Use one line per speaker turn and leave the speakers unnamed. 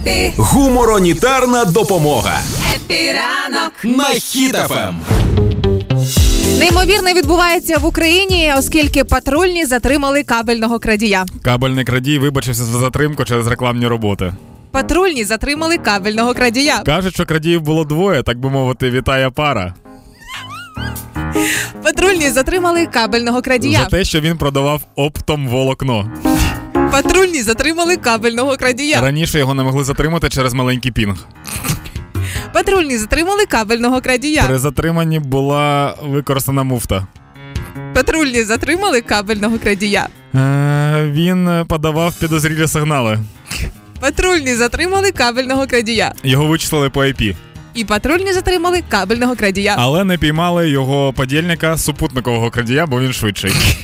Епі,
Гуморонітарна допомога
епі ранок.
на Ем. хітафем.
Неймовірне відбувається в Україні, оскільки патрульні затримали кабельного крадія.
Кабельний крадій вибачився за затримку через рекламні роботи.
Патрульні затримали кабельного крадія.
Кажуть, що крадіїв було двоє, так би мовити, вітає пара.
Патрульні затримали кабельного
За
крадія.
те, що він продавав оптом волокно.
Патрульні затримали кабельного крадія.
Раніше його не могли затримати через маленький пінг.
Патрульні затримали кабельного
При
крадія.
затриманні була використана муфта.
Патрульні затримали кабельного крадія.
Е, він е, подавав підозрілі сигнали.
Патрульні затримали кабельного крадія.
Його вичислили по IP,
І патрульні затримали кабельного крадія.
але не піймали його подільника супутникового крадія, бо він швидший.